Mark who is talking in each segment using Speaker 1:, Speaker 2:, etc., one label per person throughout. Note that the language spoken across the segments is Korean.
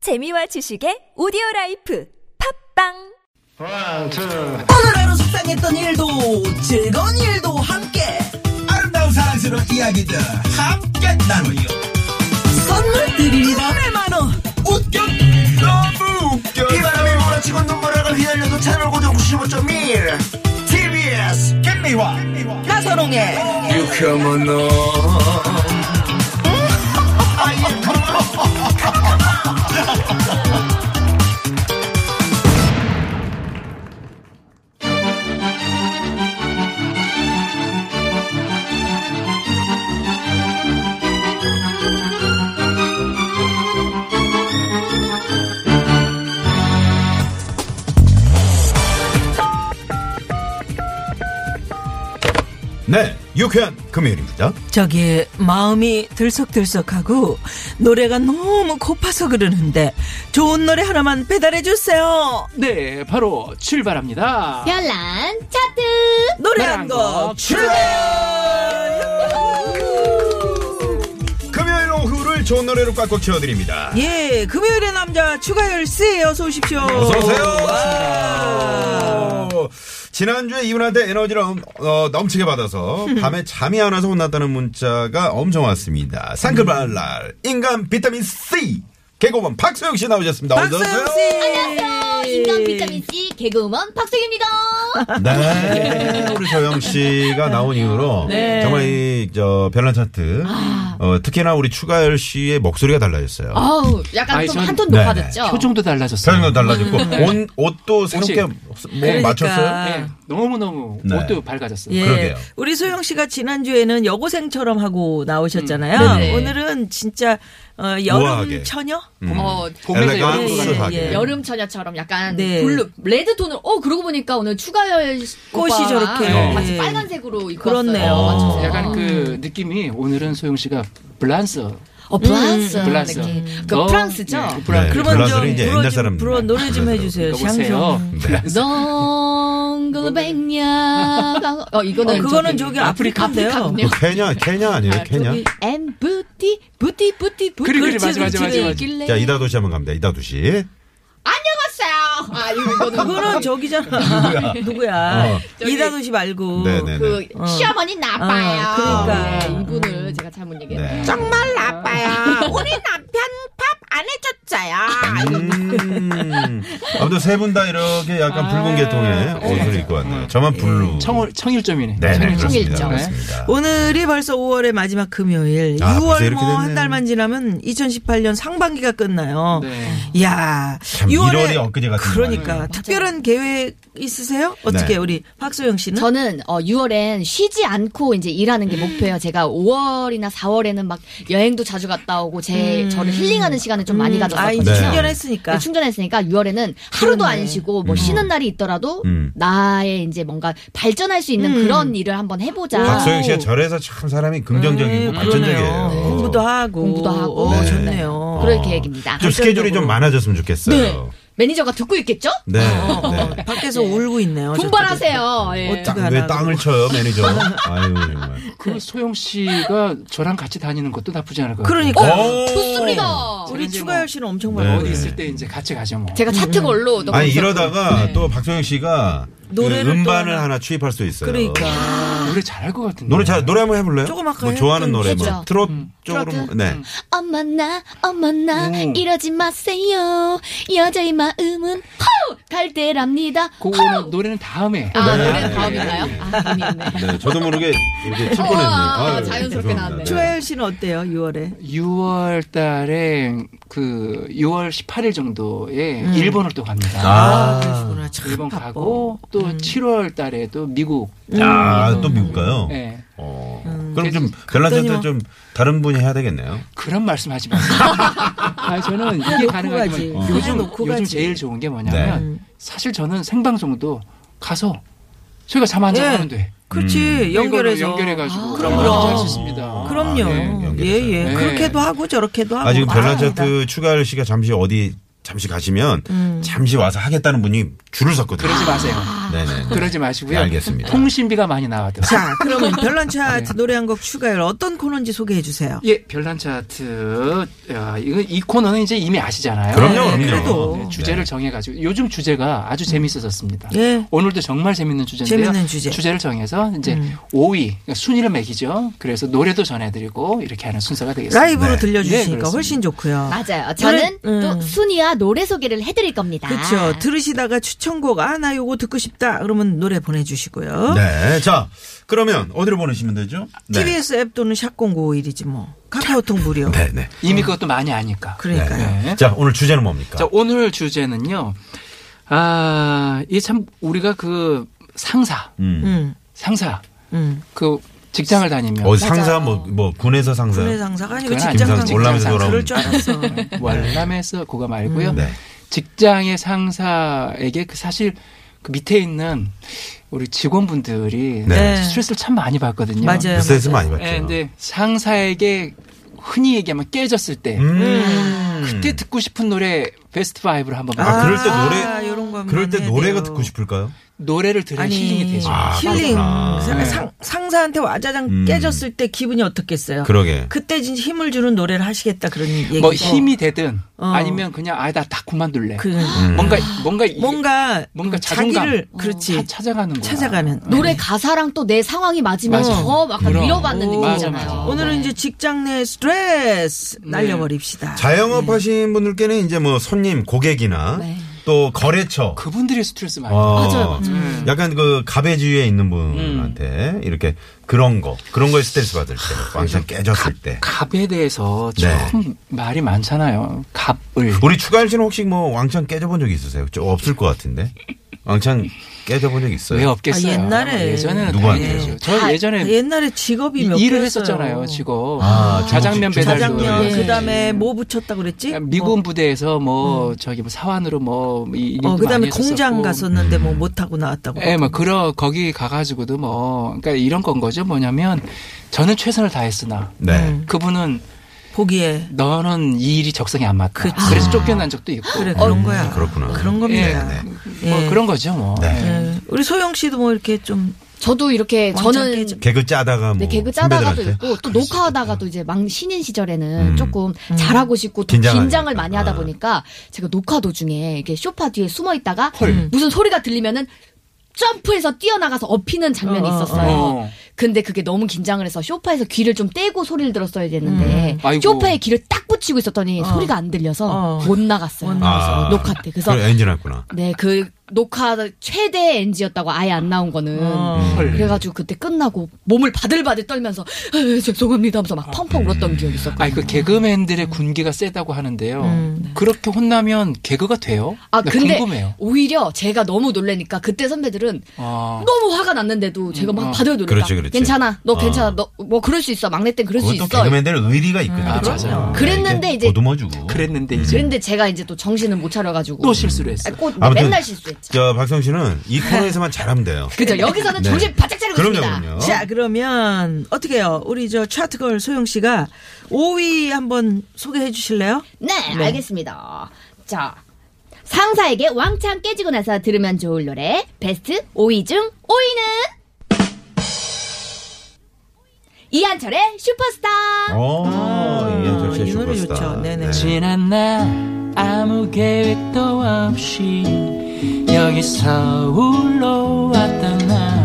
Speaker 1: 재미와 지식의 오디오 라이프 팝빵
Speaker 2: One, two.
Speaker 3: 오늘 하루 속상했던 일도 즐거운 일도 함께
Speaker 4: 아름다운 사랑스러운 이야기들 함께 나누요.
Speaker 3: 선물 드립니다 100만원
Speaker 4: 웃겨 너무 웃겨.
Speaker 5: 바람이 몰아치고 눈물을 휘날려도 채널 고정 95.1 TBS
Speaker 4: 김미화
Speaker 3: 나선홍의
Speaker 5: 유쾌한 너
Speaker 6: 네, 유쾌한 금요일입니다.
Speaker 3: 저기 마음이 들썩들썩하고 노래가 너무 고파서 그러는데 좋은 노래 하나만 배달해주세요
Speaker 7: 네, 바로 출발합니다.
Speaker 8: 별난 차트
Speaker 3: 노래 한곡
Speaker 6: 금요일 오후를 좋은 노래로 꽉꽉 채워드립니다.
Speaker 3: 예 금요일의 남자 추가열씨 어서 오십시오
Speaker 6: 어서 오세요.
Speaker 3: 와.
Speaker 6: 오, 지난주에 이분한테 에너지를 엄- 어, 넘치게 받아서 밤에 잠이 안 와서 혼났다는 문자가 엄청 왔습니다. 상크발랄 인간 비타민 C 개그우먼 박소영 씨 나오셨습니다. 어서 오세요.
Speaker 3: 박서영씨 예.
Speaker 8: 인간 비타민 C 개그우먼 박수입니다.
Speaker 6: 네. 우리 소영 씨가 나온 이후로
Speaker 3: 네.
Speaker 6: 정말 이저 별난 차트 어, 특히나 우리 추가열 씨의 목소리가 달라졌어요.
Speaker 8: 어우 약간
Speaker 7: 아니,
Speaker 8: 좀
Speaker 7: 저는-
Speaker 8: 한 톤
Speaker 6: 네네.
Speaker 8: 높아졌죠.
Speaker 7: 표정도 달라졌어요.
Speaker 6: 표정도 달라졌고 옷, 옷도 새롭게
Speaker 7: 음. 옷이.
Speaker 6: 몸 맞췄어요.
Speaker 7: 네, 너무너무
Speaker 6: 네.
Speaker 7: 옷도 밝아졌어요.
Speaker 3: 예.
Speaker 6: 그러게요.
Speaker 3: 우리 소영 씨가 지난주에는 여고생처럼 하고 나오셨잖아요.
Speaker 8: 음, 네네.
Speaker 3: 오늘은 진짜 어, 여름
Speaker 6: 우아하게. 네,
Speaker 3: 처녀?
Speaker 8: 어,
Speaker 7: 봄에서
Speaker 3: 예,
Speaker 7: 여름으로
Speaker 6: 엘레강스하게. 네.
Speaker 7: 가는
Speaker 3: 예.
Speaker 8: 여름 처녀처럼 약간
Speaker 3: 네.
Speaker 8: 블루 레드 톤을 어 그러고 보니까 오늘 추가열
Speaker 3: 꽃이
Speaker 8: 오빠랑
Speaker 3: 저렇게.
Speaker 8: 같이
Speaker 3: 예.
Speaker 8: 빨간색으로 입고
Speaker 3: 그렇네요.
Speaker 8: 왔어요. 맞죠?
Speaker 7: 약간
Speaker 8: 아.
Speaker 7: 그 느낌이 오늘은 소영 씨가 블란스.
Speaker 8: 어 프랑스
Speaker 3: 음.
Speaker 7: 블란스.
Speaker 8: 느낌. 그
Speaker 7: 너-
Speaker 8: 프랑스죠.
Speaker 7: 네, 블란스.
Speaker 6: 네.
Speaker 3: 어, 예, 그러면 좀
Speaker 6: 블라스는 이제
Speaker 3: 불어
Speaker 6: 옛날
Speaker 3: 좀
Speaker 6: 사람들.
Speaker 3: 불어 노래 좀 해주세요.
Speaker 7: 이거 보세요.
Speaker 3: 샴좀
Speaker 7: 블란스.
Speaker 8: 동글뱅야 어 이거는
Speaker 3: 어, 그거는 저기 아프리카인데요.
Speaker 8: 아프리카군요.
Speaker 6: 뭐 케냐, 케냐 아니에요, 케냐?
Speaker 8: 엔 부티 부티 부티 부티
Speaker 7: 그래, 그래, 맞아, 맞아, 맞아, 맞아.
Speaker 8: 있길래.
Speaker 6: 자, 이다도시 한번 갑니다, 이다도시.
Speaker 8: 안녕하세요. 아 이거 이거는
Speaker 3: 그거는 저기잖아. 누구야?
Speaker 6: 어.
Speaker 8: 저기-
Speaker 3: 이다도 씨 말고.
Speaker 6: 네네.
Speaker 8: 그 시어머니 나빠요.
Speaker 3: 어, 그러니까.
Speaker 8: 네, 이분을 제가 잘못 얘기했네요.
Speaker 6: 네.
Speaker 9: 정말 나빠요. 우리 남편 밥 안 해줬어요.
Speaker 6: 음. 아무튼 세 분 다 이렇게 약간 붉은 계통의 옷을 입고 왔네요. 저만 블루.
Speaker 7: 청월, 청일점이네.
Speaker 6: 네네,
Speaker 7: 청일점.
Speaker 6: 그렇습니다.
Speaker 8: 청일점.
Speaker 3: 네.
Speaker 6: 그렇습니다.
Speaker 3: 오늘이 벌써 5월의 마지막 금요일.
Speaker 6: 아, 벌써
Speaker 3: 6월
Speaker 6: 이렇게
Speaker 3: 뭐 한
Speaker 6: 됐네요.
Speaker 3: 달만 지나면 2018년 상반기가 끝나요.
Speaker 7: 네.
Speaker 3: 이야,
Speaker 6: 참 1월이 엊그제 같은
Speaker 3: 그러니까
Speaker 6: 거
Speaker 3: 특별한 계획 있으세요? 어떻게
Speaker 6: 네.
Speaker 3: 우리 박소영 씨는?
Speaker 8: 저는 어 6월엔 쉬지 않고 이제 일하는 게 목표예요. 제가 5월이나 4월에는 막 여행도 자주 갔다 오고 제 저를 힐링하는 시간을 좀 많이
Speaker 3: 음, 아,
Speaker 8: 가졌었거든요.
Speaker 3: 이제
Speaker 6: 네.
Speaker 3: 충전했으니까.
Speaker 8: 네, 충전했으니까 6월에는 하루도
Speaker 3: 그렇네. 음.
Speaker 8: 안 쉬고 뭐 쉬는 날이 있더라도
Speaker 6: 음.
Speaker 8: 나의 이제 뭔가 발전할 수
Speaker 3: 음.
Speaker 8: 있는 그런 일을 한번 해보자.
Speaker 6: 박소영 씨가 절에서 참 사람이 긍정적이고
Speaker 3: 네,
Speaker 6: 발전적이에요.
Speaker 3: 그러네요. 공부도 하고.
Speaker 8: 공부도 하고.
Speaker 3: 어,
Speaker 6: 네.
Speaker 3: 좋네요.
Speaker 8: 그럴 계획입니다.
Speaker 6: 좀 스케줄이
Speaker 3: 발전적으로.
Speaker 6: 좀 많아졌으면 좋겠어요.
Speaker 8: 매니저가 듣고 있겠죠?
Speaker 6: 네.
Speaker 3: 어,
Speaker 6: 네.
Speaker 3: 어, 밖에서 울고 있네요.
Speaker 8: 분발하세요. 예.
Speaker 3: 음.
Speaker 7: 네.
Speaker 3: 어떡-
Speaker 6: 땅,
Speaker 3: 그거
Speaker 6: 왜
Speaker 3: 하나
Speaker 6: 땅을 쳐요, 매니저? 아유, 정말.
Speaker 8: 네.
Speaker 7: 그 소영 씨가 저랑 같이 다니는 것도 나쁘지 않을 것 같아요.
Speaker 3: 그러니까
Speaker 7: 어.
Speaker 6: 오!
Speaker 8: 좋습니다.
Speaker 3: 우리
Speaker 7: 이제
Speaker 3: 추가열
Speaker 7: 뭐-
Speaker 3: 씨는 엄청
Speaker 6: 어? 네.
Speaker 3: 많아요.
Speaker 7: 어디 있을 때 이제 같이 가죠 뭐.
Speaker 8: 제가 차트걸로 네. 너무
Speaker 6: 아니
Speaker 8: 웃었고.
Speaker 6: 이러다가 또 박소영 씨가 그
Speaker 3: 네. 노래를 또
Speaker 6: 음반을
Speaker 3: 하나-
Speaker 6: 하나 취입할 수 있어요.
Speaker 3: 그러니까.
Speaker 7: 아, 노래 잘할 것 같은데.
Speaker 6: 노래 잘 노래 한번 해볼래요?
Speaker 3: 조금 할까요? 음.
Speaker 6: 뭐 좋아하는
Speaker 3: 좀
Speaker 6: 노래 뭐
Speaker 8: 해줘.
Speaker 6: 트롯 쪽으로 뭐, 네.
Speaker 8: 어머나 어머나
Speaker 7: 오.
Speaker 8: 이러지 마세요 여자의 마음은 허우 갈대랍니다
Speaker 7: 그거는 노래는 다음에.
Speaker 8: 아 노래 다음인가요? 아 의미 없네
Speaker 6: 네, 저도 모르게 이렇게 칠 뻔했네.
Speaker 8: 우와,
Speaker 6: 아유,
Speaker 8: 자연스럽게
Speaker 6: 죄송합니다.
Speaker 8: 나왔네요.
Speaker 3: 추가열 씨는 어때요? 6월에.
Speaker 7: 6월 달에 그 6월 18일 정도에
Speaker 8: 음.
Speaker 7: 일본을 또 갑니다.
Speaker 3: 아,
Speaker 6: 아,
Speaker 3: 그러시구나. 참
Speaker 7: 일본
Speaker 3: 바빠. 어, 음.
Speaker 7: 가고 또 7월 달에 또 미국.
Speaker 6: 아, 또 미국 가요?
Speaker 7: 예.
Speaker 6: 어. 그럼 좀
Speaker 3: 음, 계속
Speaker 6: 별난센터
Speaker 3: 갔더니만.
Speaker 6: 좀 다른 분이 해야 되겠네요.
Speaker 7: 그런 말씀하지 마세요. 아 저는 이게
Speaker 3: 놓고 가지.
Speaker 7: 가능하지만
Speaker 3: 그냥
Speaker 7: 요즘
Speaker 3: 놓고
Speaker 7: 요즘
Speaker 3: 가지. 네.
Speaker 7: 제일 좋은 게 뭐냐면 사실 저는 생방송도 가서 저희가 잠 안
Speaker 3: 예.
Speaker 7: 자고 하면 돼.
Speaker 3: 그렇지.
Speaker 6: 음.
Speaker 3: 연결해서. 아,
Speaker 7: 이걸로 연결해가지고
Speaker 3: 그럼,
Speaker 7: 그렇게
Speaker 3: 그럼.
Speaker 7: 할수 있습니다.
Speaker 3: 그럼요.
Speaker 7: 아, 네.
Speaker 6: 연결해서.
Speaker 3: 예, 예.
Speaker 7: 네.
Speaker 3: 그렇게도 하고 저렇게도 하고.
Speaker 6: 아, 지금 별난
Speaker 3: 많습니다. 음.
Speaker 6: 차트 추가열 씨가 잠시 어디 잠시 가시면 잠시 와서 하겠다는 분이 줄을 섰거든요.
Speaker 7: 그러지 마세요.
Speaker 6: 네네.
Speaker 3: 그러니까
Speaker 7: 그러지 마시고요.
Speaker 6: 네, 알겠습니다.
Speaker 7: 통신비가 많이 나와도.
Speaker 3: 자, 그러면 별난 차트
Speaker 7: 네.
Speaker 3: 노래 한 곡 추가열 어떤 코너인지 소개해 주세요.
Speaker 7: 예, 별난 차트. 야, 이거 이 코너는 이제 이미 아시잖아요.
Speaker 6: 그럼요, 그럼요.
Speaker 3: 그래도.
Speaker 7: 네, 주제를 정해가지고 요즘 주제가 아주 재밌어졌습니다.
Speaker 3: 예.
Speaker 7: 오늘도 정말 재밌는 주제인데요.
Speaker 3: 재밌는 주제. 음.
Speaker 7: 를 정해서 이제 5위 그러니까 순위를 매기죠. 그래서 노래도 전해드리고 이렇게 하는 순서가 되겠습니다.
Speaker 3: 라이브로
Speaker 6: 네.
Speaker 7: 네,
Speaker 3: 들려주시니까
Speaker 7: 그렇습니다.
Speaker 3: 훨씬 좋고요.
Speaker 8: 맞아요. 저는
Speaker 3: 노래, 음.
Speaker 8: 또 순이와 노래 소개를 해드릴 겁니다.
Speaker 7: 아.
Speaker 3: 그렇죠. 들으시다가 추천곡 아 나 요거 듣고 싶다 그러면 노래 보내주시고요.
Speaker 6: 네. 자, 그러면 어디로 보내시면 되죠? 네.
Speaker 3: TBS 앱 또는 샵0951이지 뭐 카카오톡 무료.
Speaker 6: 네, 네.
Speaker 7: 이미 그것도 많이 아니까.
Speaker 3: 그러니까요.
Speaker 7: 네.
Speaker 6: 자, 오늘 주제는 뭡니까?
Speaker 7: 자, 오늘 주제는요. 아, 이 참 우리가 그 상사,
Speaker 6: 음.
Speaker 3: 음,
Speaker 7: 상사,
Speaker 3: 음.
Speaker 7: 그 직장을 다니면
Speaker 6: 어, 상사 뭐 뭐 군에서 상사.
Speaker 3: 군의 상사가 아니고
Speaker 7: 그건
Speaker 3: 직장
Speaker 7: 아니죠.
Speaker 3: 상사.
Speaker 6: 올라오면서 돌아오는.
Speaker 3: 그럴 줄 알았어.
Speaker 7: 월남에서 그거 말고요.
Speaker 6: 네.
Speaker 7: 직장의 상사에게 그 사실 그 밑에 있는 우리 직원분들이
Speaker 6: 네.
Speaker 7: 스트레스를 참 많이 받거든요.
Speaker 3: 맞아요.
Speaker 6: 스트레스 많이 받죠.
Speaker 7: 예, 근데 상사에게 흔히 얘기하면 깨졌을 때
Speaker 6: 음.
Speaker 7: 그때 듣고 싶은 노래 베스트 5를 한번
Speaker 6: 아,
Speaker 7: 봐.
Speaker 6: 그럴 때 노래-
Speaker 3: 이런 거
Speaker 6: 그럴 때 노래가 듣고 싶을까요?
Speaker 7: 노래를 들으면
Speaker 3: 아니
Speaker 7: 힐링이 되죠.
Speaker 6: 아,
Speaker 3: 힐링.
Speaker 6: 그렇구나. 네.
Speaker 3: 상- 상, 상사한테 와자장
Speaker 6: 음.
Speaker 3: 깨졌을 때 기분이 어떻겠어요?
Speaker 6: 그러게.
Speaker 3: 아, 그때 진짜 힘을 주는 노래를 하시겠다 그런 얘기죠.
Speaker 7: 뭐 힘이 되든
Speaker 3: 어.
Speaker 7: 아니면 그냥 아나 다 그만둘래.
Speaker 3: 그,
Speaker 6: 음.
Speaker 7: 뭔가 뭔가 이게
Speaker 3: 뭔가 그
Speaker 7: 뭔가 자존감
Speaker 3: 자기를
Speaker 7: 다
Speaker 3: 그렇지
Speaker 7: 찾아가는 거야.
Speaker 3: 찾아가는
Speaker 8: 노래 가사랑 또 내 상황이 맞으면
Speaker 7: 맞아.
Speaker 8: 더 막
Speaker 7: 그럼.
Speaker 8: 밀어받는
Speaker 7: 오,
Speaker 8: 느낌이잖아요.
Speaker 7: 맞아, 네. 맞아.
Speaker 3: 오늘은 이제 직장 내 스트레스 날려버립시다.
Speaker 6: 자영업 하신 분들께는 이제 뭐 손님, 고객이나
Speaker 8: 네.
Speaker 6: 또 거래처.
Speaker 7: 그분들이 스트레스 많이. 받아요.
Speaker 6: 어,
Speaker 8: 맞아요, 맞아요.
Speaker 6: 약간 그 가베지에
Speaker 7: 음.
Speaker 6: 있는 분한테 이렇게 그런 거, 그런 거에 스트레스 받을 때, 완전 깨졌을 때.
Speaker 7: 네. 갑에 대해서 좀
Speaker 6: 네.
Speaker 7: 말이 많잖아요. 갑을
Speaker 6: 우리 추가열 씨는 혹시 뭐 왕창 깨져본 적 있으세요? 저 없을 것 같은데. 왕창 깨져본 적 있어요?
Speaker 7: 왜 없겠어요?
Speaker 3: 아, 옛날에.
Speaker 7: 예전에는
Speaker 6: 누구한테요?
Speaker 7: 당연하죠. 저 예전에
Speaker 3: 옛날에 직업이 몇
Speaker 7: 네. 이- 일을
Speaker 3: 개였어요?
Speaker 7: 했었잖아요. 지금
Speaker 6: 아,
Speaker 7: 자장면
Speaker 6: 중국집
Speaker 7: 배달도
Speaker 3: 자장면
Speaker 7: 했었지.
Speaker 3: 그다음에 뭐 붙였다 그랬지?
Speaker 7: 미군 부대에서 뭐 저기 뭐 사환으로 뭐이
Speaker 3: 어, 그다음에 공장 갔었는데 뭐 못하고 나왔다고.
Speaker 7: 예, 뭐, 그러, 거기 가가지고도 뭐, 그러니까 이런 건 거죠. 뭐냐면, 저는 최선을 다했으나,
Speaker 6: 네.
Speaker 8: 음.
Speaker 7: 그분은,
Speaker 3: 보기에
Speaker 7: 너는 이 일이 적성에 안 맞다.
Speaker 3: 그치.
Speaker 7: 그래서 쫓겨난 적도 있고.
Speaker 3: 그래 그런
Speaker 6: 음,
Speaker 3: 거야.
Speaker 6: 그렇구나.
Speaker 3: 그런 겁니다.
Speaker 6: 네,
Speaker 7: 뭐
Speaker 3: 아. 예.
Speaker 7: 그런 거죠, 뭐.
Speaker 6: 네.
Speaker 7: 예.
Speaker 3: 예. 우리 소영 씨도 뭐 이렇게 좀
Speaker 8: 저도 이렇게
Speaker 3: 왕창
Speaker 8: 저는
Speaker 3: 깨져.
Speaker 6: 개그 짜다가 뭐.
Speaker 8: 네, 개그
Speaker 6: 선배들한테. 아,
Speaker 8: 짜다가도 있고 또 녹화하다가도 이제 막 신인 시절에는
Speaker 6: 음.
Speaker 8: 조금 잘하고 싶고 또
Speaker 6: 긴장하니까.
Speaker 8: 긴장을 많이
Speaker 6: 아.
Speaker 8: 하다 보니까 제가 녹화 도중에 이렇게 쇼파 뒤에 숨어 있다가 음. 무슨 소리가 들리면은 점프해서 뛰어나가서 업히는 장면이
Speaker 3: 어, 어,
Speaker 8: 있었어요.
Speaker 7: 어.
Speaker 8: 근데 그게 너무 긴장을 해서 쇼파에서 귀를 좀 떼고 소리를 들었어야 됐는데
Speaker 7: 아이고.
Speaker 8: 쇼파에 귀를 딱 붙이고 있었더니 소리가 안 들려서
Speaker 3: 어.
Speaker 8: 못 나갔어요.
Speaker 3: 못
Speaker 6: 나갔어요.
Speaker 8: 음, 아, 녹화 때. 그래서
Speaker 6: 아. 그래, 엔진 했구나.
Speaker 8: 네, 그 녹화 최대 NG였다고 아예 안 나온 거는.
Speaker 6: 헐.
Speaker 8: 그래가지고 그때 끝나고 몸을 바들바들 떨면서 "에이, 죄송합니다 하면서 막 펑펑
Speaker 6: 음.
Speaker 8: 울었던 기억이 있었거든요.
Speaker 7: 아니 그 개그맨들의 군기가 세다고 하는데요.
Speaker 3: 음, 네.
Speaker 7: 그렇게 혼나면 개그가 돼요?
Speaker 8: 아,
Speaker 7: 나
Speaker 8: 근데
Speaker 7: 궁금해요.
Speaker 8: 오히려 제가 너무 놀래니까 그때 선배들은
Speaker 7: 아.
Speaker 8: 너무 화가 났는데도 제가
Speaker 7: 어.
Speaker 8: 막 바들 놀니까
Speaker 6: 어. 그렇지, 그렇지.
Speaker 8: 괜찮아, 너
Speaker 6: 어.
Speaker 8: 괜찮아, 너 뭐 그럴 수 있어, 막내 땐 그럴 수
Speaker 6: 그것도
Speaker 8: 있어.
Speaker 6: 개그맨들 의리가 있거든요. 그렇죠.
Speaker 7: 아, 맞아요.
Speaker 8: 음. 그랬는데 이제-
Speaker 6: 보듬어주고.
Speaker 7: 그랬는데 이제
Speaker 8: 그런데 제가 이제 또 정신을 못 차려가지고
Speaker 7: 또 실수를 했어.
Speaker 8: 아,
Speaker 7: 요
Speaker 8: 꽃,
Speaker 6: 아무튼
Speaker 8: 맨날 실수했죠.
Speaker 6: 저 박성 씨는 이 코너에서만 잘하면 돼요.
Speaker 8: 그죠? 여기서는
Speaker 6: 네.
Speaker 8: 정신 바짝 차리고
Speaker 6: 그럼요,
Speaker 8: 있습니다.
Speaker 6: 그럼요.
Speaker 3: 자 그러면 어떻게 해요? 우리 저 차트걸 소영 씨가 5위 한번 소개해 주실래요?
Speaker 8: 네, 알겠습니다. 자, 상사에게 왕창 깨지고 나서 들으면 좋을 노래 베스트 5위 중 5위는 이한철의 슈퍼스타.
Speaker 6: 어, 이현철
Speaker 8: 아,
Speaker 6: 씨의
Speaker 3: 이 노래
Speaker 6: 슈퍼스타.
Speaker 3: 좋죠. 네네.
Speaker 7: 지난 날 아무 계획도 없이 여기 서울로 왔던 날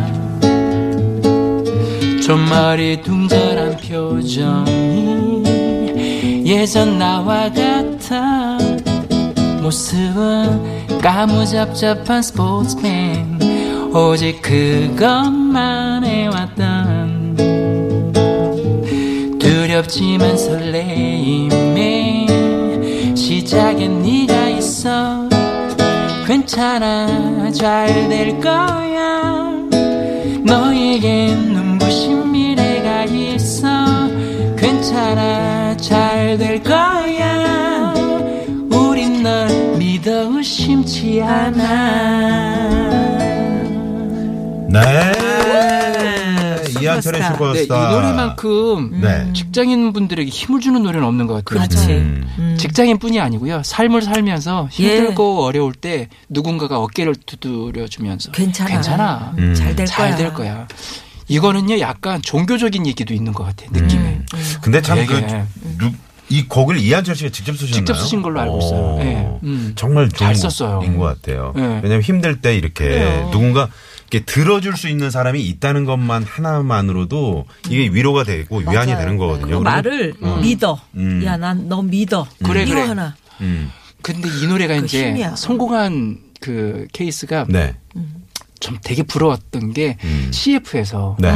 Speaker 7: 좀 머리 둥절한 표정이 예전 나와 같아 모습은 까무잡잡한 스포츠맨 오직 그것만 해왔던 두렵지만 설레임에 시작엔 네가 있어 괜찮아 잘 될 거야 너에겐 눈부신 미래가 있어 괜찮아 잘 될 거야 우린 널 믿어 의심치 않아
Speaker 8: 아,
Speaker 6: 네. 이현 강철의
Speaker 3: 슈퍼스타.
Speaker 6: 슈퍼스타.
Speaker 7: 네, 이 노래만큼
Speaker 6: 네.
Speaker 7: 직장인 분들에게 힘을 주는 노래는 없는 것 같아요.
Speaker 3: 그렇지.
Speaker 6: 음.
Speaker 3: 음.
Speaker 7: 직장인뿐이 아니고요. 삶을 살면서
Speaker 3: 예.
Speaker 7: 힘들고 어려울 때 누군가가 어깨를 두드려 주면서
Speaker 3: 괜찮아.
Speaker 7: 괜찮아.
Speaker 6: 음.
Speaker 3: 잘 될
Speaker 7: 잘
Speaker 3: 거야.
Speaker 7: 될 거야. 이거는요, 약간 종교적인 얘기도 있는 것 같아,
Speaker 6: 음.
Speaker 7: 느낌에.
Speaker 6: 근데 참 그
Speaker 7: 되게.
Speaker 6: 이 곡을 이한철 씨가 직접 쓰셨나요?
Speaker 7: 직접 쓰신 걸로 알고 있어요.
Speaker 6: 오.
Speaker 7: 예. 음.
Speaker 6: 정말
Speaker 7: 잘 썼어요.
Speaker 6: 인것 같아요.
Speaker 7: 예.
Speaker 6: 왜냐하면 힘들 때 이렇게
Speaker 7: 네.
Speaker 6: 누군가 이렇게 들어줄 수 있는 사람이 있다는 것만 하나만으로도
Speaker 7: 음.
Speaker 6: 이게 위로가 되고 위안이 되는 거거든요.
Speaker 3: 그
Speaker 6: 그러면-
Speaker 3: 말을 믿어.
Speaker 6: 음.
Speaker 3: 야, 난 너 믿어.
Speaker 7: 그래,
Speaker 3: 이거
Speaker 7: 그래.
Speaker 3: 하나.
Speaker 6: 음.
Speaker 7: 근데 이 노래가
Speaker 3: 그
Speaker 7: 이제
Speaker 3: 힘이야.
Speaker 7: 성공한 그 케이스가
Speaker 6: 네.
Speaker 7: 좀 되게 부러웠던 게
Speaker 6: 음.
Speaker 7: CF에서
Speaker 6: 네.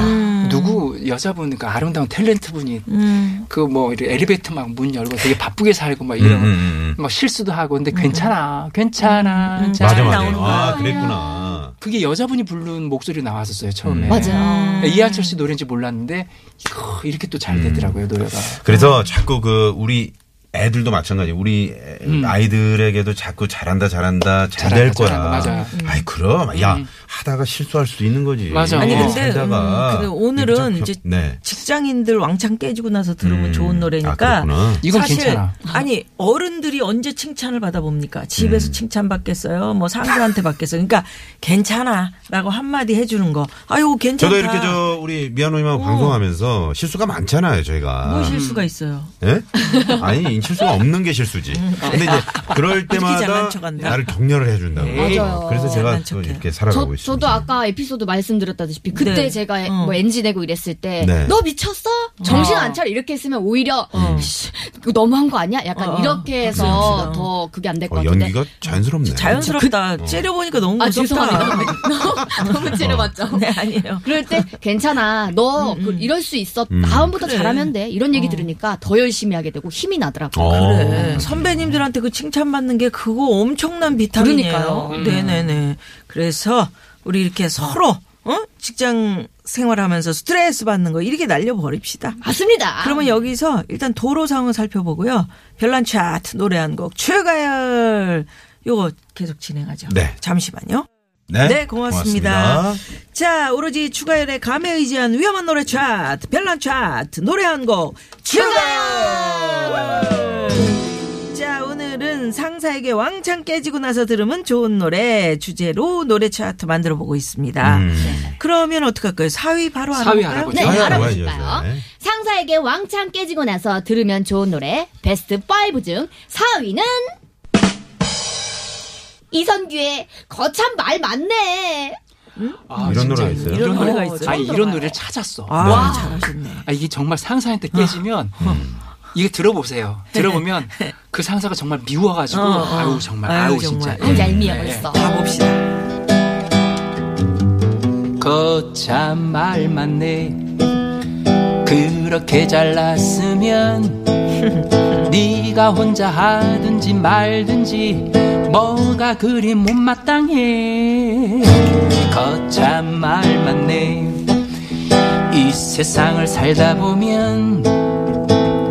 Speaker 7: 누구 여자분 그 아름다운 탤런트 분이
Speaker 3: 음.
Speaker 7: 그 뭐 엘리베이터 막 문 열고 되게 바쁘게 살고 막 이런
Speaker 6: 음, 음, 음.
Speaker 7: 막 실수도 하고 근데 괜찮아 괜찮아
Speaker 3: 음,
Speaker 7: 잘
Speaker 6: 맞아 맞아.
Speaker 7: 나오는 거야.
Speaker 6: 아 그랬구나.
Speaker 7: 그게 여자분이 부른 목소리 나왔었어요 처음에 그러니까
Speaker 6: 음.
Speaker 8: 맞아.
Speaker 7: 이한철 씨 노래인지 몰랐는데 이야, 이렇게 또 잘
Speaker 6: 음.
Speaker 7: 되더라고요 노래가
Speaker 6: 그래서 자꾸 그 우리 애들도 마찬가지. 우리 애-
Speaker 7: 음.
Speaker 6: 아이들에게도 자꾸 잘한다 잘한다 잘
Speaker 7: 잘한다,
Speaker 6: 될 거야.
Speaker 7: 잘한다, 맞아.
Speaker 6: 아이 그럼 야
Speaker 7: 음.
Speaker 6: 하다가 실수할 수도 있는 거지.
Speaker 7: 맞아.
Speaker 3: 아니,
Speaker 7: 어,
Speaker 3: 근데,
Speaker 6: 살다가
Speaker 3: 음, 근데 오늘은
Speaker 6: 이렇게
Speaker 3: 이제
Speaker 6: 네.
Speaker 3: 직장인들 왕창 깨지고 나서 들으면
Speaker 6: 음.
Speaker 3: 좋은
Speaker 6: 아,
Speaker 3: 노래니까.
Speaker 6: 그렇구나.
Speaker 7: 이건
Speaker 3: 사실
Speaker 7: 괜찮아.
Speaker 3: 아니 어른들이 언제 칭찬을 받아봅니까?
Speaker 6: 음.
Speaker 3: 집에서 칭찬 받겠어요? 뭐 상사한테 받겠어요? 그러니까 괜찮아라고 한마디 해주는 거. 아유 괜찮다. 어.
Speaker 6: 저도 이렇게 저 우리 미아노님하고 방송하면서 실수가 많잖아요 저희가.
Speaker 3: 뭐 실수가 있어요.
Speaker 6: 예? 아니 실수가 없는 게 실수지. 근데 이제 그럴 때마다
Speaker 3: 음. 잘난 척한다. 네.
Speaker 6: 나를 격려를 해준다고.
Speaker 7: 에이.
Speaker 8: 맞아요.
Speaker 6: 그래서 제가
Speaker 3: 잘난
Speaker 6: 또
Speaker 3: 척해.
Speaker 6: 이렇게 살아가고
Speaker 8: 저,
Speaker 6: 있습니다.
Speaker 8: 저도 아까 에피소드 말씀드렸다시피 그때
Speaker 3: 네.
Speaker 8: 제가
Speaker 3: 어.
Speaker 8: 뭐 NG 내고 이랬을 때 너
Speaker 6: 네.
Speaker 8: 미쳤어? 어. 정신 안 차려 이렇게 했으면 오히려 씨, 이거 너무한 거 아니야? 약간
Speaker 3: 어, 어.
Speaker 8: 이렇게 해서 더 그게 안 될 것
Speaker 6: 어,
Speaker 8: 같은데
Speaker 6: 연기가 자연스럽네.
Speaker 3: 자연스럽다.
Speaker 7: 그-
Speaker 3: 째려보니까 너무 무섭다.
Speaker 8: 아 죄송합니다 너무 찌르봤죠
Speaker 3: 네 아니에요.
Speaker 8: 그럴 때 괜찮아 너 그, 이럴 수 있어
Speaker 6: 음.
Speaker 8: 다음부터
Speaker 3: 그래.
Speaker 8: 잘하면 돼 이런 얘기 들으니까 더 열심히 하게 되고 힘이 나더라고 요
Speaker 6: 어.
Speaker 3: 그래. 네, 선배님들한테 그 칭찬받는 게 그거 엄청난 비타민이에요.
Speaker 8: 그러니까요. 음.
Speaker 3: 네네네. 그래서 우리 이렇게 서로 어? 직장 생활하면서 스트레스 받는 거 이렇게 날려버립시다.
Speaker 8: 아. 맞습니다
Speaker 3: 그러면 여기서 일단 도로 상황을 살펴보고요. 별난 차트 노래 한 곡 최가열 요거 계속 진행하죠.
Speaker 6: 네.
Speaker 3: 잠시만요. 네, 고맙습니다. 자, 오로지 추가열의 감에 의지한 위험한 노래 차트, 별난 차트, 노래 한 곡, 추가열! 자, 오늘은 상사에게 왕창 깨지고 나서 들으면 좋은 노래 주제로 노래 차트 만들어 보고
Speaker 7: 아,
Speaker 3: 있습니다.
Speaker 7: 네.
Speaker 6: 음.
Speaker 3: 그러면 어떡할까요? 4위 바로 안
Speaker 7: 사위
Speaker 3: 할까요?
Speaker 7: 알아보죠.
Speaker 8: 네,
Speaker 6: 자연
Speaker 8: 알아보실까요?
Speaker 6: 알아야죠, 네.
Speaker 8: 상사에게 왕창 깨지고 나서 들으면 좋은 노래 베스트 5 중 4위는 이선규의 거참 말 많네.
Speaker 7: 아,
Speaker 6: 이런
Speaker 7: 진짜
Speaker 6: 노래가 있어요?
Speaker 3: 이런
Speaker 7: 노래-
Speaker 3: 노래가 있어요?
Speaker 7: 아니,
Speaker 3: 처음
Speaker 7: 이런 노래를 찾았어
Speaker 3: 아,
Speaker 6: 와.
Speaker 3: 잘하셨네.
Speaker 7: 아, 이게 정말 상사한테 깨지면 이게 들어보세요. 들어보면 그 상사가 정말 미워가지고
Speaker 3: 어, 어.
Speaker 7: 아유 정말
Speaker 3: 아유,
Speaker 7: 아유,
Speaker 3: 정말.
Speaker 7: 진짜
Speaker 8: 아, 얄미워
Speaker 7: 예, 예.
Speaker 8: 벌써.
Speaker 3: 가봅시다.
Speaker 6: 네,
Speaker 7: 거참 말 맞네 그렇게 잘났으면 네가 혼자 하든지 말든지 뭐가 그리 못마땅해 거참 말 맞네 이 세상을 살다 보면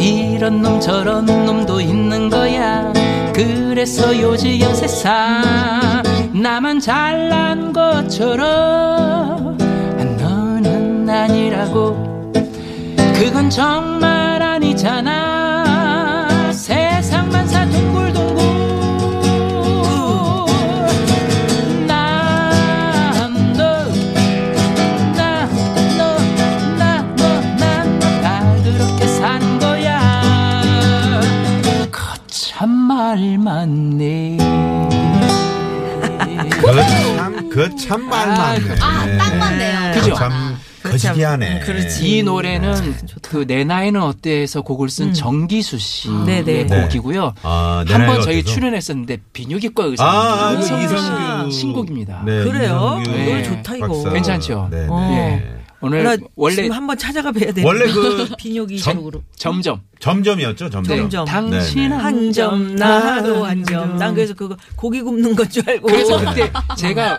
Speaker 7: 이런 놈 저런 놈도 있는 거야 그래서 요지경 세상 나만 잘난 것처럼 너는 아니라고 그건 정말 아니잖아 세상만 사둥글둥글 난너 나, 너, 나, 너, 나, 나 그렇게 산 거야. 거참 말 많네.
Speaker 6: 그참 그참 말 맞네.
Speaker 8: 아, 딱 맞네요.
Speaker 7: 그죠? 음,
Speaker 6: 참 거시기하네.
Speaker 3: 그렇지.
Speaker 7: 이 노래는
Speaker 3: 아,
Speaker 7: 그 내 나이는 어때에서 곡을 쓴 정기수 씨의
Speaker 3: 음. 아, 네네.
Speaker 6: 네.
Speaker 7: 곡이고요.
Speaker 6: 아, 내 나이는
Speaker 7: 한번 저희
Speaker 6: 어때서?
Speaker 7: 출연했었는데 비뇨기과
Speaker 6: 아,
Speaker 7: 의사
Speaker 6: 아, 그
Speaker 7: 이성규
Speaker 6: 이성규
Speaker 7: 씨 신곡입니다.
Speaker 6: 네,
Speaker 3: 그래요?
Speaker 6: 이성규
Speaker 7: 노래
Speaker 3: 좋다, 이거.
Speaker 6: 박사.
Speaker 7: 괜찮죠?
Speaker 6: 네, 네.
Speaker 3: 어.
Speaker 6: 네.
Speaker 7: 오늘
Speaker 3: 나
Speaker 7: 원래
Speaker 3: 지금 한번 찾아가 봐야
Speaker 7: 네.
Speaker 3: 돼.
Speaker 6: 원래 그
Speaker 3: 비뇨기
Speaker 6: 점-
Speaker 3: 쪽으로.
Speaker 7: 점점
Speaker 6: 점점이었죠, 점점.
Speaker 3: 점점.
Speaker 6: 네,
Speaker 7: 당신 한
Speaker 3: 한 점
Speaker 7: 점
Speaker 3: 나도 한 점. 난 그래서 그거 고기 굽는 건 줄 알고.
Speaker 7: 그래서 그때 제가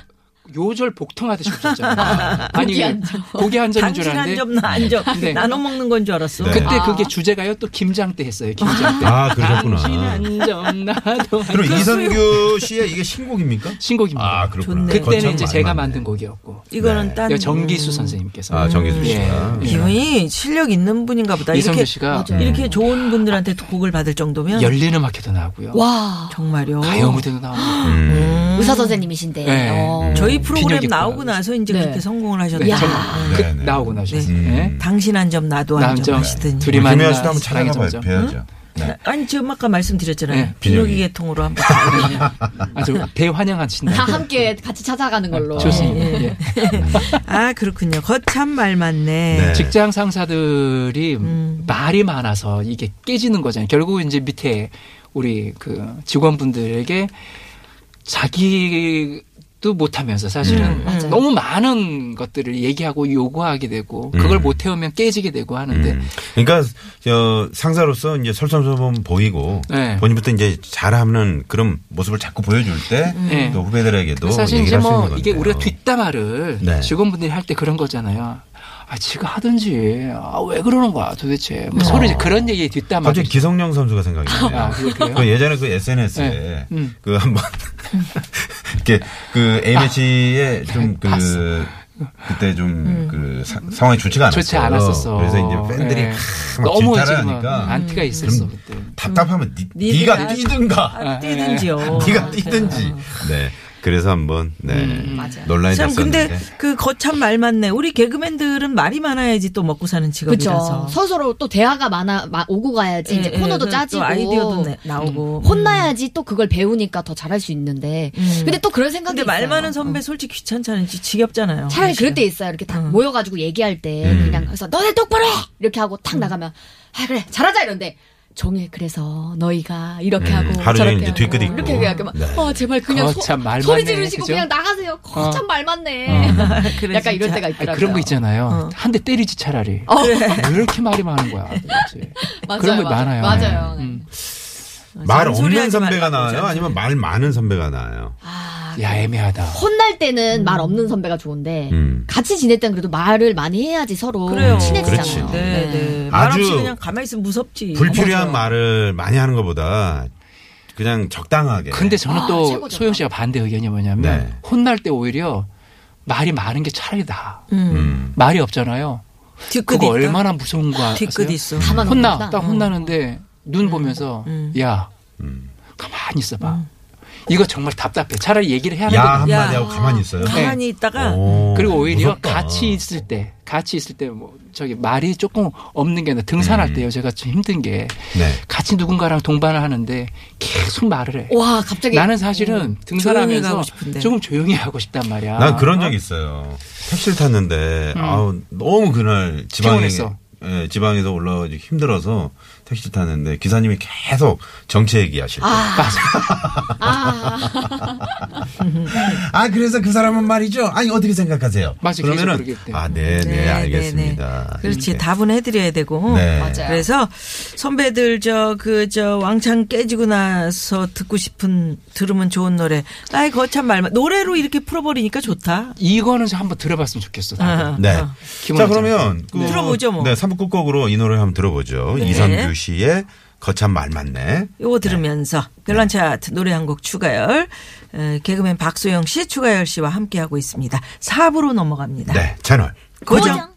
Speaker 7: 요절 복통하듯이 웃었잖아요. 아니
Speaker 8: 고기 한 점.
Speaker 7: 고기 한 점인 줄
Speaker 3: 당신 한 아.
Speaker 7: 알았는데
Speaker 3: 점, 나 한 점.
Speaker 7: 네.
Speaker 3: 나눠 먹는 건 줄 알았어.
Speaker 6: 네.
Speaker 7: 그때 그게 주제가요. 또 김장 때 했어요. 김장 때.
Speaker 6: 아, 그러셨구나.
Speaker 7: 당신 한 점 나도 한
Speaker 6: 그럼 이선규 씨의 이게 신곡입니까?
Speaker 7: 신곡입니다.
Speaker 6: 아, 그렇구나.
Speaker 3: 좋네.
Speaker 7: 그때는
Speaker 6: 거참
Speaker 7: 이제
Speaker 6: 많이
Speaker 7: 제가
Speaker 6: 많네.
Speaker 7: 만든 곡이었고
Speaker 3: 이거는
Speaker 6: 네.
Speaker 3: 딴. 음.
Speaker 7: 이거 정기수
Speaker 8: 음.
Speaker 7: 선생님께서
Speaker 6: 아, 정기수 씨가.
Speaker 7: 예.
Speaker 3: 이분이 실력 있는 분인가 보다. 이렇게
Speaker 7: 이성규 씨가 음.
Speaker 8: 맞아요.
Speaker 3: 이렇게 좋은 분들한테 곡을 받을 정도면
Speaker 7: 예. 열린 음악회도 나오고요.
Speaker 8: 와 아.
Speaker 3: 정말요.
Speaker 7: 가요 무대도 나오고
Speaker 6: 음.
Speaker 8: 의사 선생님이신데.
Speaker 7: 네.
Speaker 8: 어.
Speaker 3: 저희 프로그램
Speaker 7: 빈혈
Speaker 3: 나오고
Speaker 7: 기권.
Speaker 3: 나서 이제
Speaker 8: 네.
Speaker 3: 그렇게 성공을 하셨다.
Speaker 7: 네,
Speaker 8: 야.
Speaker 7: 정- 그
Speaker 6: 네, 네.
Speaker 7: 나오고 나셨어요.
Speaker 6: 음.
Speaker 7: 예.
Speaker 3: 당신 한 점 나도 한 점
Speaker 7: 남점
Speaker 3: 하시더니.
Speaker 7: 둘이
Speaker 6: 김혜
Speaker 7: 만나
Speaker 6: 아 씨도 한번
Speaker 7: 사랑의
Speaker 6: 찾아가
Speaker 7: 점점.
Speaker 6: 봐야죠. 네.
Speaker 3: 아니 지금 아까 말씀드렸잖아요.
Speaker 7: 네,
Speaker 3: 비뇨기
Speaker 6: 비뇨기.
Speaker 3: 계통으로 한번. 가보면.
Speaker 7: 예. 아주 대환영하신다.
Speaker 8: 다 함께 같이 찾아가는 걸로.
Speaker 7: 좋습니다. 예.
Speaker 3: 아 그렇군요. 거참 말 많네.
Speaker 6: 네.
Speaker 7: 직장 상사들이
Speaker 8: 음.
Speaker 7: 말이 많아서 이게 깨지는 거잖아요. 결국 이제 밑에 우리 그 직원분들에게 자기도 못하면서
Speaker 6: 네.
Speaker 7: 사실은
Speaker 8: 맞아요.
Speaker 7: 너무 많은 것들을 얘기하고 요구하게 되고 그걸
Speaker 6: 음.
Speaker 7: 못 태우면 깨지게 되고 하는데
Speaker 6: 음. 그러니까 저 상사로서 이제 설선설범 보이고
Speaker 7: 네.
Speaker 6: 본인부터 이제 잘하는 그런 모습을 자꾸 보여줄 때 또
Speaker 7: 네.
Speaker 6: 후배들에게도
Speaker 7: 사실
Speaker 6: 얘기를
Speaker 7: 이제
Speaker 6: 할 수 있는
Speaker 7: 뭐
Speaker 6: 건데
Speaker 7: 이게 우리가 뒷담화를
Speaker 6: 네.
Speaker 7: 직원분들이 할 때 그런 거잖아요. 아, 지가 하든지 아, 왜 그러는 거야 도대체 뭐 서로 이제 그런 얘기의 뒷담화.
Speaker 6: 어. 갑자기 기성령 선수가 생각이 나네요.
Speaker 7: 아, 그게 그래요?
Speaker 6: 그 예전에 그 SNS에
Speaker 7: 네. 음.
Speaker 6: 그 한번 이렇게 그 A 매치에 좀 그 그때 좀 그 상황이 좋지가 않았어요.
Speaker 7: 음. 좋지 않았었어.
Speaker 6: 그래서 이제 팬들이
Speaker 7: 네.
Speaker 6: 막
Speaker 7: 너무
Speaker 6: 질타를
Speaker 7: 지금
Speaker 6: 하니까
Speaker 7: 안티가 있었어 그때.
Speaker 6: 답답하면 니,
Speaker 3: 니들이
Speaker 6: 네가
Speaker 3: 나-
Speaker 6: 뛰든가
Speaker 3: 아, 뛰든지요.
Speaker 6: 네가 뛰든지.
Speaker 3: 음.
Speaker 6: 네. 그래서 한번 네 논란이
Speaker 3: 참
Speaker 6: 됐었는데. 네.
Speaker 3: 근데 그 거참 말 많네. 우리 개그맨들은 말이 많아야지 또 먹고 사는
Speaker 8: 그렇죠.
Speaker 3: 직업이라서.
Speaker 8: 서서로 또 대화가 많아 마- 오고 가야지 이제
Speaker 3: 예, 예,
Speaker 8: 코너도
Speaker 3: 그
Speaker 8: 짜지고
Speaker 3: 또 아이디어도 내- 나오고.
Speaker 8: 음. 혼나야지 또 그걸 배우니까 더 잘할 수 있는데. 근데 또 그런 생각이
Speaker 3: 근데 말
Speaker 8: 있어요.
Speaker 3: 많은 선배 솔직히 귀찮잖아요. 지겹잖아요.
Speaker 8: 차라리
Speaker 3: 사실은.
Speaker 8: 그럴 때 있어요. 이렇게 다 모여가지고 얘기할 때
Speaker 6: 음.
Speaker 8: 그냥 그래서 너네 똑바로 해 이렇게 하고 탁 나가면 아 그래 잘하자 이런데 종일 그래서 너희가 이렇게
Speaker 6: 음,
Speaker 8: 하고
Speaker 6: 하루 종일
Speaker 8: 저렇게
Speaker 6: 이제
Speaker 8: 하고
Speaker 6: 뒤끝 있고.
Speaker 8: 이렇게 이렇게 막
Speaker 6: 네.
Speaker 8: 어, 제발 그냥 소,
Speaker 7: 거참 말
Speaker 8: 소리
Speaker 7: 많네,
Speaker 8: 지르시고
Speaker 7: 그죠?
Speaker 8: 그냥 나가세요. 거참
Speaker 7: 어.
Speaker 8: 말 많네.
Speaker 3: 아, 그래,
Speaker 8: 약간 이럴
Speaker 3: 진짜.
Speaker 8: 때가
Speaker 7: 아니,
Speaker 8: 있더라고요.
Speaker 7: 그런 거 있잖아요. 한 대 때리지 차라리. 왜 이렇게 말이 많은 거야. 도대체.
Speaker 8: 맞아요,
Speaker 7: 그런 거
Speaker 8: 맞아요.
Speaker 7: 많아요.
Speaker 8: 맞아요. 네.
Speaker 6: 말
Speaker 3: 어, 잔소리
Speaker 6: 없는
Speaker 3: 하지
Speaker 6: 선배가
Speaker 3: 말라고
Speaker 6: 나아요?
Speaker 3: 잔소리.
Speaker 6: 아니면 말 많은 선배가 나아요?
Speaker 7: 야 애매하다.
Speaker 8: 혼날 때는 말 없는 선배가 좋은데
Speaker 6: 음.
Speaker 8: 같이 지낼 때는 그래도 말을 많이 해야지 서로
Speaker 3: 그래요.
Speaker 8: 친해지잖아요.
Speaker 6: 그렇지. 음.
Speaker 3: 네, 네. 말
Speaker 6: 아주
Speaker 3: 없이 그냥 가만히 있으면 무섭지.
Speaker 6: 불필요한 말을 많이 하는 것보다 그냥 적당하게.
Speaker 7: 근데 저는
Speaker 8: 아,
Speaker 7: 또
Speaker 8: 최고죠.
Speaker 7: 소영 씨가 반대 의견이 뭐냐면
Speaker 6: 네.
Speaker 7: 혼날 때 오히려 말이 많은 게 차라리 나.
Speaker 6: 음.
Speaker 7: 말이 없잖아요.
Speaker 3: 뒤끝이
Speaker 7: 그거
Speaker 3: 있다.
Speaker 7: 얼마나 무서운 거 아세요?
Speaker 3: 뒤끝 있어.
Speaker 8: 다만
Speaker 7: 혼나.
Speaker 8: 없구나.
Speaker 7: 딱 혼나는데 눈 보면서 야
Speaker 6: 음.
Speaker 7: 가만히 있어봐. 이거 정말 답답해. 차라리 얘기를 해야
Speaker 6: 야
Speaker 7: 하는데. 뭐.
Speaker 6: 한마디 하고 가만히 있어요.
Speaker 8: 네.
Speaker 3: 가만히 있다가
Speaker 6: 오,
Speaker 7: 그리고 오히려
Speaker 6: 무섭다.
Speaker 7: 같이 있을 때, 같이 있을 때 뭐 저기 말이 조금 없는 게 아니라 등산할
Speaker 6: 음.
Speaker 7: 때요. 제가 좀 힘든 게
Speaker 6: 네.
Speaker 7: 같이 누군가랑 동반을 하는데 계속 말을 해.
Speaker 8: 와 갑자기
Speaker 7: 나는
Speaker 3: 음,
Speaker 7: 사실은
Speaker 3: 조용히 가고
Speaker 7: 등산하면서
Speaker 3: 싶은데.
Speaker 7: 조금 조용히 하고 싶단 말이야.
Speaker 6: 난 그런 적 있어요. 택시를 탔는데 아우 너무 그날 지방에
Speaker 7: 음. 피곤했어.
Speaker 6: 예, 지방에서 올라가지고 힘들어서 택시를 탔는데 기사님이 계속 정체 얘기하실 때. 아. 그래서 그 사람은 말이죠. 아니 어떻게 생각하세요?
Speaker 7: 맞아, 계속
Speaker 6: 그러면은
Speaker 7: 그러겠대.
Speaker 6: 아 네 네
Speaker 3: 네, 네,
Speaker 6: 알겠습니다. 예.
Speaker 3: 네. 그렇지
Speaker 6: 이렇게.
Speaker 3: 답은 해드려야 되고.
Speaker 6: 음. 네.
Speaker 8: 맞아요.
Speaker 3: 그래서 선배들 저 그 저 왕창 깨지고 나서 듣고 싶은 들으면 좋은 노래. 아이 거참 말 노래로 이렇게 풀어버리니까 좋다.
Speaker 7: 이거는 좀 한번 들어봤으면 좋겠어. 다들.
Speaker 3: 아,
Speaker 6: 네.
Speaker 3: 아.
Speaker 6: 자
Speaker 7: 기본이잖아.
Speaker 6: 그러면 그-
Speaker 3: 들어보죠, 뭐.
Speaker 6: 네, 3부 끝곡으로 이 노래 한번 들어보죠.
Speaker 3: 네.
Speaker 6: 이선규 씨의 거참 말 맞네.
Speaker 3: 요거 들으면서 별난 차트 노래 한 곡 추가열 에, 개그맨 박소영 씨 추가열 씨와 함께하고 있습니다. 4부로 넘어갑니다.
Speaker 6: 네, 채널
Speaker 3: 고정.
Speaker 8: 고정.